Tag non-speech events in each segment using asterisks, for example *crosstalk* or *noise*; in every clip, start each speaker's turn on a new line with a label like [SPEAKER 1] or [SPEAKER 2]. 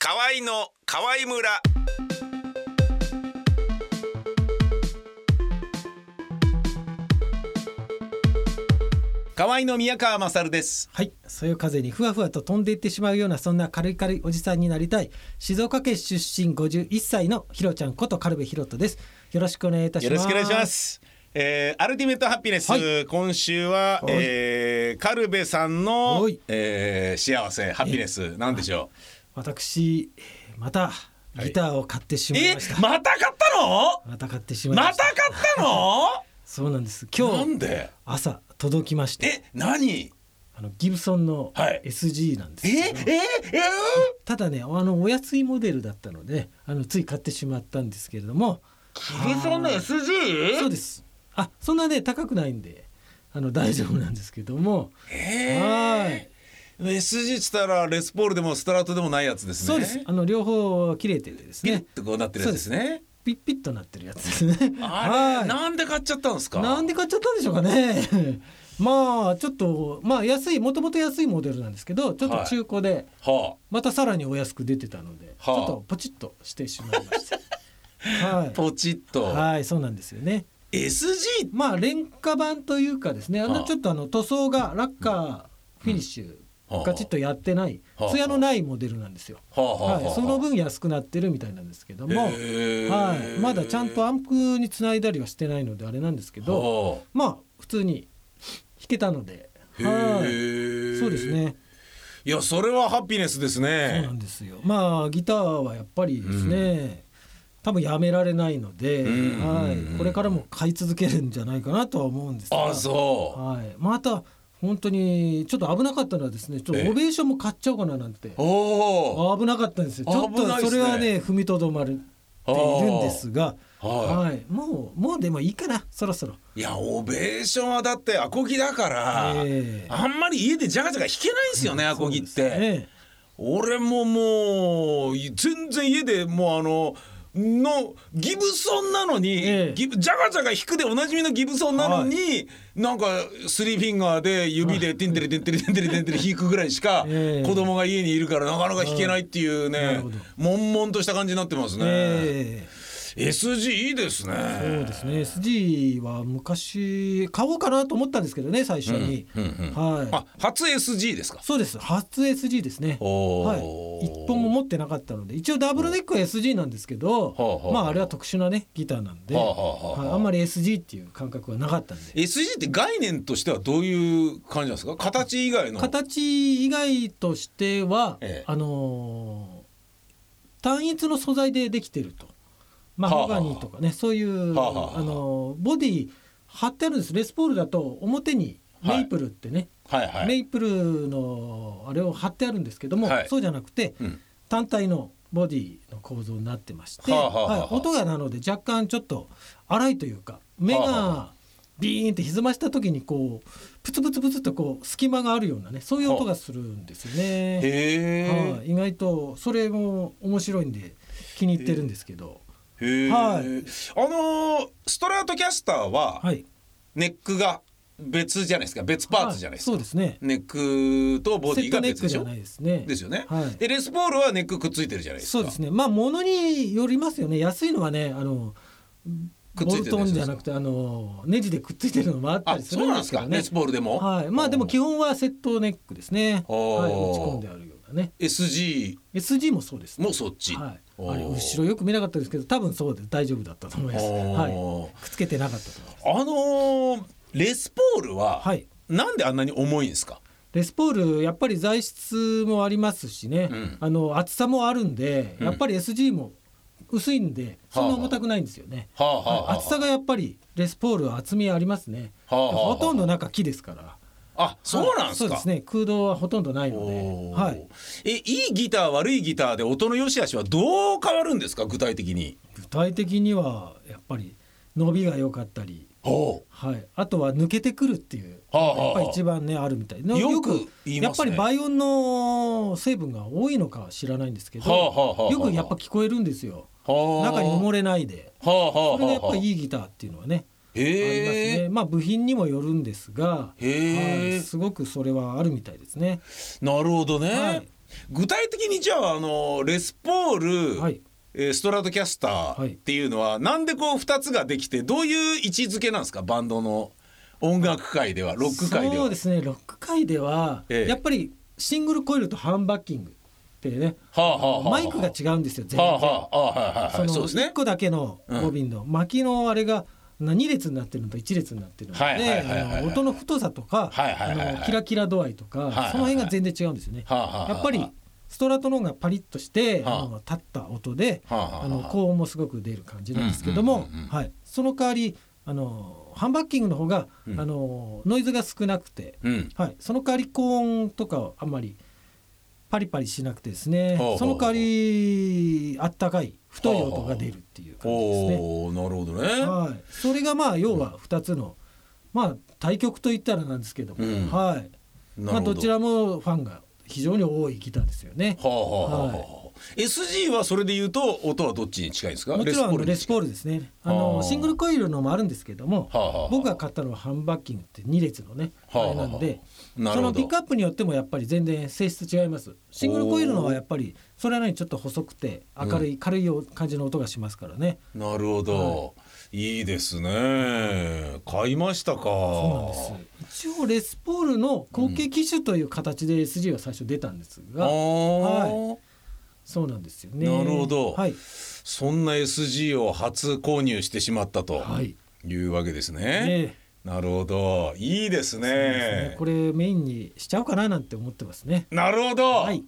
[SPEAKER 1] 河合の河合村河合の宮川勝です
[SPEAKER 2] はい、そよ風にふわふわと飛んでいってしまうようなそんな軽い軽いおじさんになりたい静岡県出身51歳のひろちゃんこと軽部ひろとですよろしくお願いいたし
[SPEAKER 1] よ
[SPEAKER 2] ます
[SPEAKER 1] ろしくお願いしますえー、アルティメットハッピネス、
[SPEAKER 2] はい
[SPEAKER 1] 今週は、
[SPEAKER 2] はい
[SPEAKER 1] えー、カルベさんの
[SPEAKER 2] はい、
[SPEAKER 1] えー、幸せハッピネスなんでしょ
[SPEAKER 2] 私えーまたギターを買ってし
[SPEAKER 1] う
[SPEAKER 2] まい
[SPEAKER 1] え
[SPEAKER 2] ました、
[SPEAKER 1] また買ったの
[SPEAKER 2] また買ってしまい
[SPEAKER 1] ま
[SPEAKER 2] ま
[SPEAKER 1] た買
[SPEAKER 2] した
[SPEAKER 1] った *laughs* の
[SPEAKER 2] そうなんです
[SPEAKER 1] な
[SPEAKER 2] 今
[SPEAKER 1] ん
[SPEAKER 2] 日
[SPEAKER 1] で
[SPEAKER 2] 朝届きまして
[SPEAKER 1] え何
[SPEAKER 2] あのギブソンの
[SPEAKER 1] はい
[SPEAKER 2] SG なんです
[SPEAKER 1] え
[SPEAKER 2] けど、
[SPEAKER 1] えええ
[SPEAKER 2] ただねあのお安いモデルだったのであのつい買ってしまったんですけれども
[SPEAKER 1] ギブソンの SG?
[SPEAKER 2] そうですあそんなね高くないんであの大丈夫なんですけども
[SPEAKER 1] えー、
[SPEAKER 2] はい。
[SPEAKER 1] SG っつったらレスポールでもストラトでもないやつですね
[SPEAKER 2] そうです。あの両方切れててです
[SPEAKER 1] ピリッ
[SPEAKER 2] ね。
[SPEAKER 1] とこうなってるやつですね
[SPEAKER 2] ピッピッとなってるやつですね。
[SPEAKER 1] あ
[SPEAKER 2] は
[SPEAKER 1] れ
[SPEAKER 2] い。
[SPEAKER 1] なんで買っちゃったんですか
[SPEAKER 2] なんで買っちゃったんでしょうかね。 *laughs* まあちょっとまあ安いもともと安いモデルなんですけど、ちょっと中古で、
[SPEAKER 1] は
[SPEAKER 2] またさらにお安く出てたので、
[SPEAKER 1] はあ
[SPEAKER 2] ちょっとポチッとしてしまい
[SPEAKER 1] *laughs*
[SPEAKER 2] ました。は
[SPEAKER 1] あポチッと、
[SPEAKER 2] い。はい、そうなんですよね。
[SPEAKER 1] SG
[SPEAKER 2] まあ廉価版というかですね、あ
[SPEAKER 1] はあ
[SPEAKER 2] のちょっとあの塗装がラッカーフィニッシュ、
[SPEAKER 1] はあ
[SPEAKER 2] ガチッとやってない、
[SPEAKER 1] はあ
[SPEAKER 2] 艶のないモデルなんですよ。
[SPEAKER 1] はあはあはあ
[SPEAKER 2] はい、その分安くなってるみたいなんですけども、
[SPEAKER 1] へー
[SPEAKER 2] はい、まだちゃんとアンプにつないだりはしてないのであれなんですけど、
[SPEAKER 1] は
[SPEAKER 2] まあ普通に弾けたので、
[SPEAKER 1] あへ
[SPEAKER 2] はい、
[SPEAKER 1] え
[SPEAKER 2] そうですね、
[SPEAKER 1] いやそれはハピネスです
[SPEAKER 2] そうな
[SPEAKER 1] ね
[SPEAKER 2] んですよ。まあギターはやっぱりですね、多分やめられないので、
[SPEAKER 1] うん
[SPEAKER 2] はい、これからも買い続けるんじゃないかなとは思うんですが
[SPEAKER 1] あそう
[SPEAKER 2] はい、また本当にちょっと危なかったのはですね、ちょっ
[SPEAKER 1] ええ
[SPEAKER 2] とオベーションも買っちゃおうかななんて。
[SPEAKER 1] おお
[SPEAKER 2] 危なかったんですよ。ちょっ
[SPEAKER 1] 危ないで
[SPEAKER 2] と
[SPEAKER 1] すね
[SPEAKER 2] それはね踏みとどまるっているんですが、
[SPEAKER 1] は
[SPEAKER 2] はい、もうもうでもいいかな、そろそろ。
[SPEAKER 1] いやオベーションはだってアコギだから、
[SPEAKER 2] ええ
[SPEAKER 1] あんまり家でジャガジャガ弾けないんですよね、アコギっ
[SPEAKER 2] そ
[SPEAKER 1] て、
[SPEAKER 2] うですね
[SPEAKER 1] 俺ももう全然家でもうあののギブソンなのに、
[SPEAKER 2] ええ
[SPEAKER 1] ギブジャガジャガ弾くでおなじみのギブソンなのに、なんかスリーフィンガーで指でテンテレテンテレテンテレテンテレ弾くぐらいしか
[SPEAKER 2] ええ
[SPEAKER 1] 子供が家にいるからなかなか弾けないっていう
[SPEAKER 2] なる
[SPEAKER 1] ね
[SPEAKER 2] ほど
[SPEAKER 1] 悶々とした感じになってますね、
[SPEAKER 2] え
[SPEAKER 1] SG いいですね
[SPEAKER 2] えそうですね。SG は昔買おうかなと思ったんですけどね、最初に。
[SPEAKER 1] うんうん
[SPEAKER 2] は
[SPEAKER 1] あ初 SG ですか
[SPEAKER 2] い。そうです。初 SG ですね。
[SPEAKER 1] おー
[SPEAKER 2] はい。一本も持ってなかったので、一応ダブルネックは SG なんですけど、
[SPEAKER 1] あはあ
[SPEAKER 2] まああれは特殊なねギターなんで、
[SPEAKER 1] はあはあはあ
[SPEAKER 2] はいあんまり SG っていう感覚はなかったんで。
[SPEAKER 1] SG って概念としてはどういう感じなんですか形以外の
[SPEAKER 2] 形以外としては、
[SPEAKER 1] ええ
[SPEAKER 2] あのー単一の素材でできてると、まあ、
[SPEAKER 1] はあ
[SPEAKER 2] マガニーとかねそういう、
[SPEAKER 1] はあはあはあ
[SPEAKER 2] あのーボディ貼ってあるんですレスポールだと表に
[SPEAKER 1] はい
[SPEAKER 2] メイプルってね、
[SPEAKER 1] はいはい
[SPEAKER 2] メイプルのあれを貼ってあるんですけども、
[SPEAKER 1] はい
[SPEAKER 2] そうじゃなくて
[SPEAKER 1] うん
[SPEAKER 2] 単体のボディの構造になってまして、
[SPEAKER 1] はあはあはあ
[SPEAKER 2] はい音がなので若干ちょっと荒いというか目
[SPEAKER 1] はあは
[SPEAKER 2] がビーンって歪ました時にこうプツプツプツとこう隙間があるようなねそういう音がするんですよね。
[SPEAKER 1] へ
[SPEAKER 2] はい意外とそれも面白いんで気に入ってるんですけど、
[SPEAKER 1] え。へえ。
[SPEAKER 2] はい
[SPEAKER 1] あのーストラートキャスターは
[SPEAKER 2] はい、
[SPEAKER 1] ネックが別じゃないですか。別パーツじゃないですか。
[SPEAKER 2] はいそうですね。
[SPEAKER 1] ネックとボデ
[SPEAKER 2] セ
[SPEAKER 1] ィ
[SPEAKER 2] ッ
[SPEAKER 1] が
[SPEAKER 2] トネ
[SPEAKER 1] 別
[SPEAKER 2] ック
[SPEAKER 1] でし
[SPEAKER 2] じ
[SPEAKER 1] ょ
[SPEAKER 2] ゃな。いですね。
[SPEAKER 1] ですよね。
[SPEAKER 2] はい
[SPEAKER 1] でレスポールはネックくっついてるじゃないですか。
[SPEAKER 2] そうですね。まあ物によりますよね。安いのはね、あの
[SPEAKER 1] くっつ
[SPEAKER 2] ボ
[SPEAKER 1] いてるやつ
[SPEAKER 2] ルトンじゃなくてあのネジでくっついてるのもあった
[SPEAKER 1] あ、
[SPEAKER 2] りす
[SPEAKER 1] そ
[SPEAKER 2] る
[SPEAKER 1] うんなん
[SPEAKER 2] で
[SPEAKER 1] ですす
[SPEAKER 2] け
[SPEAKER 1] か。
[SPEAKER 2] ど
[SPEAKER 1] レ
[SPEAKER 2] ね
[SPEAKER 1] ス。ポールでも。
[SPEAKER 2] はい。まあでも基本はセットネックですね。
[SPEAKER 1] おー
[SPEAKER 2] はい。打ち込んであるようなね。
[SPEAKER 1] SG
[SPEAKER 2] SG もそうです、ね。
[SPEAKER 1] もそっち。
[SPEAKER 2] はい。
[SPEAKER 1] おー
[SPEAKER 2] あれ後ろよく見なかったですけど、多分そうです。大丈夫だったと思います。
[SPEAKER 1] お
[SPEAKER 2] は
[SPEAKER 1] ー
[SPEAKER 2] い。くっつけてなかったと思います。
[SPEAKER 1] あのーレスポールは
[SPEAKER 2] はい
[SPEAKER 1] なんであんなに重いんですか。
[SPEAKER 2] レスポールやっぱり材質もありますしね、
[SPEAKER 1] うん
[SPEAKER 2] あの厚さもあるんで、
[SPEAKER 1] うん
[SPEAKER 2] やっぱり SG も薄いんでそんな重たくないんですよね。
[SPEAKER 1] はあはあはあ
[SPEAKER 2] 厚さがやっぱりレスポールは厚みありますね、
[SPEAKER 1] はあはあはあ
[SPEAKER 2] ほとんど中木ですから
[SPEAKER 1] あ、そうなんです
[SPEAKER 2] そうで
[SPEAKER 1] か
[SPEAKER 2] す。ね空洞はほとんどないの
[SPEAKER 1] お
[SPEAKER 2] で、
[SPEAKER 1] ー
[SPEAKER 2] はい、
[SPEAKER 1] えいいギター悪いギターで音の良し悪しはどう変わるんですか具体的に。
[SPEAKER 2] 具体的にはやっぱり伸びが良かったり、
[SPEAKER 1] ほ
[SPEAKER 2] はい、あとは抜けてくるっていう、
[SPEAKER 1] はあはあ
[SPEAKER 2] やっぱり一番ねあるみたいな
[SPEAKER 1] よく言い
[SPEAKER 2] や
[SPEAKER 1] ま
[SPEAKER 2] っ
[SPEAKER 1] す
[SPEAKER 2] ぱ
[SPEAKER 1] ね
[SPEAKER 2] り倍音の成分が多いのかは知らないんですけど、
[SPEAKER 1] はあはあはあはあ
[SPEAKER 2] よくやっぱ聞こえるんですよ
[SPEAKER 1] う。はあ
[SPEAKER 2] 中に埋もれないで
[SPEAKER 1] はあはあはあ。
[SPEAKER 2] それがやっぱいいギターっていうのはねあります
[SPEAKER 1] へ
[SPEAKER 2] ね
[SPEAKER 1] え。
[SPEAKER 2] まあ部品にもよるんですが、
[SPEAKER 1] へー
[SPEAKER 2] はいすごくそれはあるみたいですね。
[SPEAKER 1] なるほどね。
[SPEAKER 2] はい
[SPEAKER 1] 具体的にじゃああのレスポール、
[SPEAKER 2] はい
[SPEAKER 1] えーストラトキャスターっていうのは、なんでこう2つができてどういう位置づけなんですかバンドの音楽界ではロック界では。
[SPEAKER 2] そうですねロック界では、
[SPEAKER 1] ええ
[SPEAKER 2] やっぱりシングルコイルとハンバッキングってね
[SPEAKER 1] はあはあはあはあ
[SPEAKER 2] マイクが違うんですよ全然、
[SPEAKER 1] はあはあはあはいはいはいそ
[SPEAKER 2] そ
[SPEAKER 1] う
[SPEAKER 2] の
[SPEAKER 1] ですね
[SPEAKER 2] 1。個だけのボビンの巻きのあれが2列になってるのと1列になってるので
[SPEAKER 1] はいはいはいはいはい
[SPEAKER 2] あの音の太さとか
[SPEAKER 1] はいはい
[SPEAKER 2] あ
[SPEAKER 1] はいはい
[SPEAKER 2] のキラキラ度合いと
[SPEAKER 1] いはいは
[SPEAKER 2] か
[SPEAKER 1] い
[SPEAKER 2] その辺が全然違うんですよね。
[SPEAKER 1] はあはあはあ
[SPEAKER 2] やっぱりストラトの方がパリッとして
[SPEAKER 1] はあ
[SPEAKER 2] あの立った音で
[SPEAKER 1] はあはあはあ
[SPEAKER 2] あの高音もすごく出る感じなんですけども
[SPEAKER 1] うんうんうんうん
[SPEAKER 2] はいその代わりあのハンバッキングの方があ
[SPEAKER 1] うん
[SPEAKER 2] のノイズが少なくて
[SPEAKER 1] うん。
[SPEAKER 2] はい、その代わり高音とかはあんまりパリパリしなくてです
[SPEAKER 1] ほ
[SPEAKER 2] ね
[SPEAKER 1] うほうほう
[SPEAKER 2] その代わりあったかい太い音が出るっていう感じですね。
[SPEAKER 1] おおなるほどね。
[SPEAKER 2] はい、それがまあ要は2つの、まあ対局といったらなんですけども、
[SPEAKER 1] うん
[SPEAKER 2] はい
[SPEAKER 1] なる
[SPEAKER 2] まあ、
[SPEAKER 1] ほど
[SPEAKER 2] どちらもファンが非常に多いギターですよね。
[SPEAKER 1] はあはあはあはあ SG はそれで言うと音はどっちに近いんですか
[SPEAKER 2] もちろんあのレ
[SPEAKER 1] に
[SPEAKER 2] ス
[SPEAKER 1] 近
[SPEAKER 2] ポ
[SPEAKER 1] い
[SPEAKER 2] ールですねあ
[SPEAKER 1] は
[SPEAKER 2] の
[SPEAKER 1] あ
[SPEAKER 2] シングルコイルのもあるんですけども、
[SPEAKER 1] はあはあ
[SPEAKER 2] 僕が買ったのはハンバッキングって2列のね、
[SPEAKER 1] はあはあ
[SPEAKER 2] あれなんで
[SPEAKER 1] な
[SPEAKER 2] そ
[SPEAKER 1] る
[SPEAKER 2] の
[SPEAKER 1] ほ
[SPEAKER 2] ピ
[SPEAKER 1] ど
[SPEAKER 2] ックアップによってもやっぱり全然性質違いますシングルコイルのはやっぱりそれなりにちょっと細くて明るい、軽い感じの音がしますからね
[SPEAKER 1] なるほど、い、いですね買いましたか
[SPEAKER 2] そうなんです一応レスポールの後継機種という形で SG は最初出たんです
[SPEAKER 1] あー、
[SPEAKER 2] が、はそうなんですよね
[SPEAKER 1] なるほど
[SPEAKER 2] はい、
[SPEAKER 1] そんな SG を初購入してしまったと
[SPEAKER 2] はい
[SPEAKER 1] いうわけですね、
[SPEAKER 2] ね
[SPEAKER 1] なるほどいいですね
[SPEAKER 2] そうですねこれメインにしちゃおうかななんて思ってますね
[SPEAKER 1] なるほど、
[SPEAKER 2] はい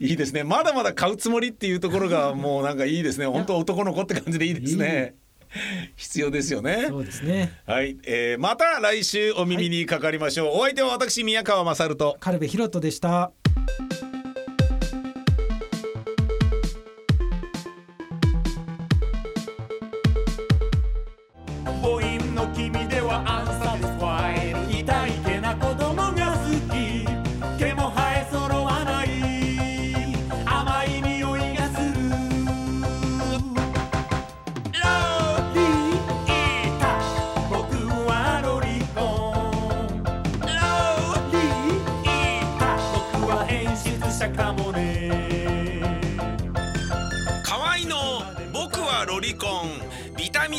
[SPEAKER 2] い、
[SPEAKER 1] *laughs* いですねまだまだ買うつもりっていうところ
[SPEAKER 2] *laughs*
[SPEAKER 1] がもうなんかいいですね本当男の子って感じでいいですね必要ですよね
[SPEAKER 2] そうです
[SPEAKER 1] *laughs*
[SPEAKER 2] ね
[SPEAKER 1] はい、えー、また来週お耳にかかりましょう、お相手は私宮川勝と
[SPEAKER 2] 軽部ロ人でした
[SPEAKER 3] 母音の君ではアンサティスファイ痛いけな子供が好き毛も生え揃わない甘い匂いがするロリータ僕はロリコンロリータ僕は演出者かもね
[SPEAKER 1] 河合の僕はロリコンビタミ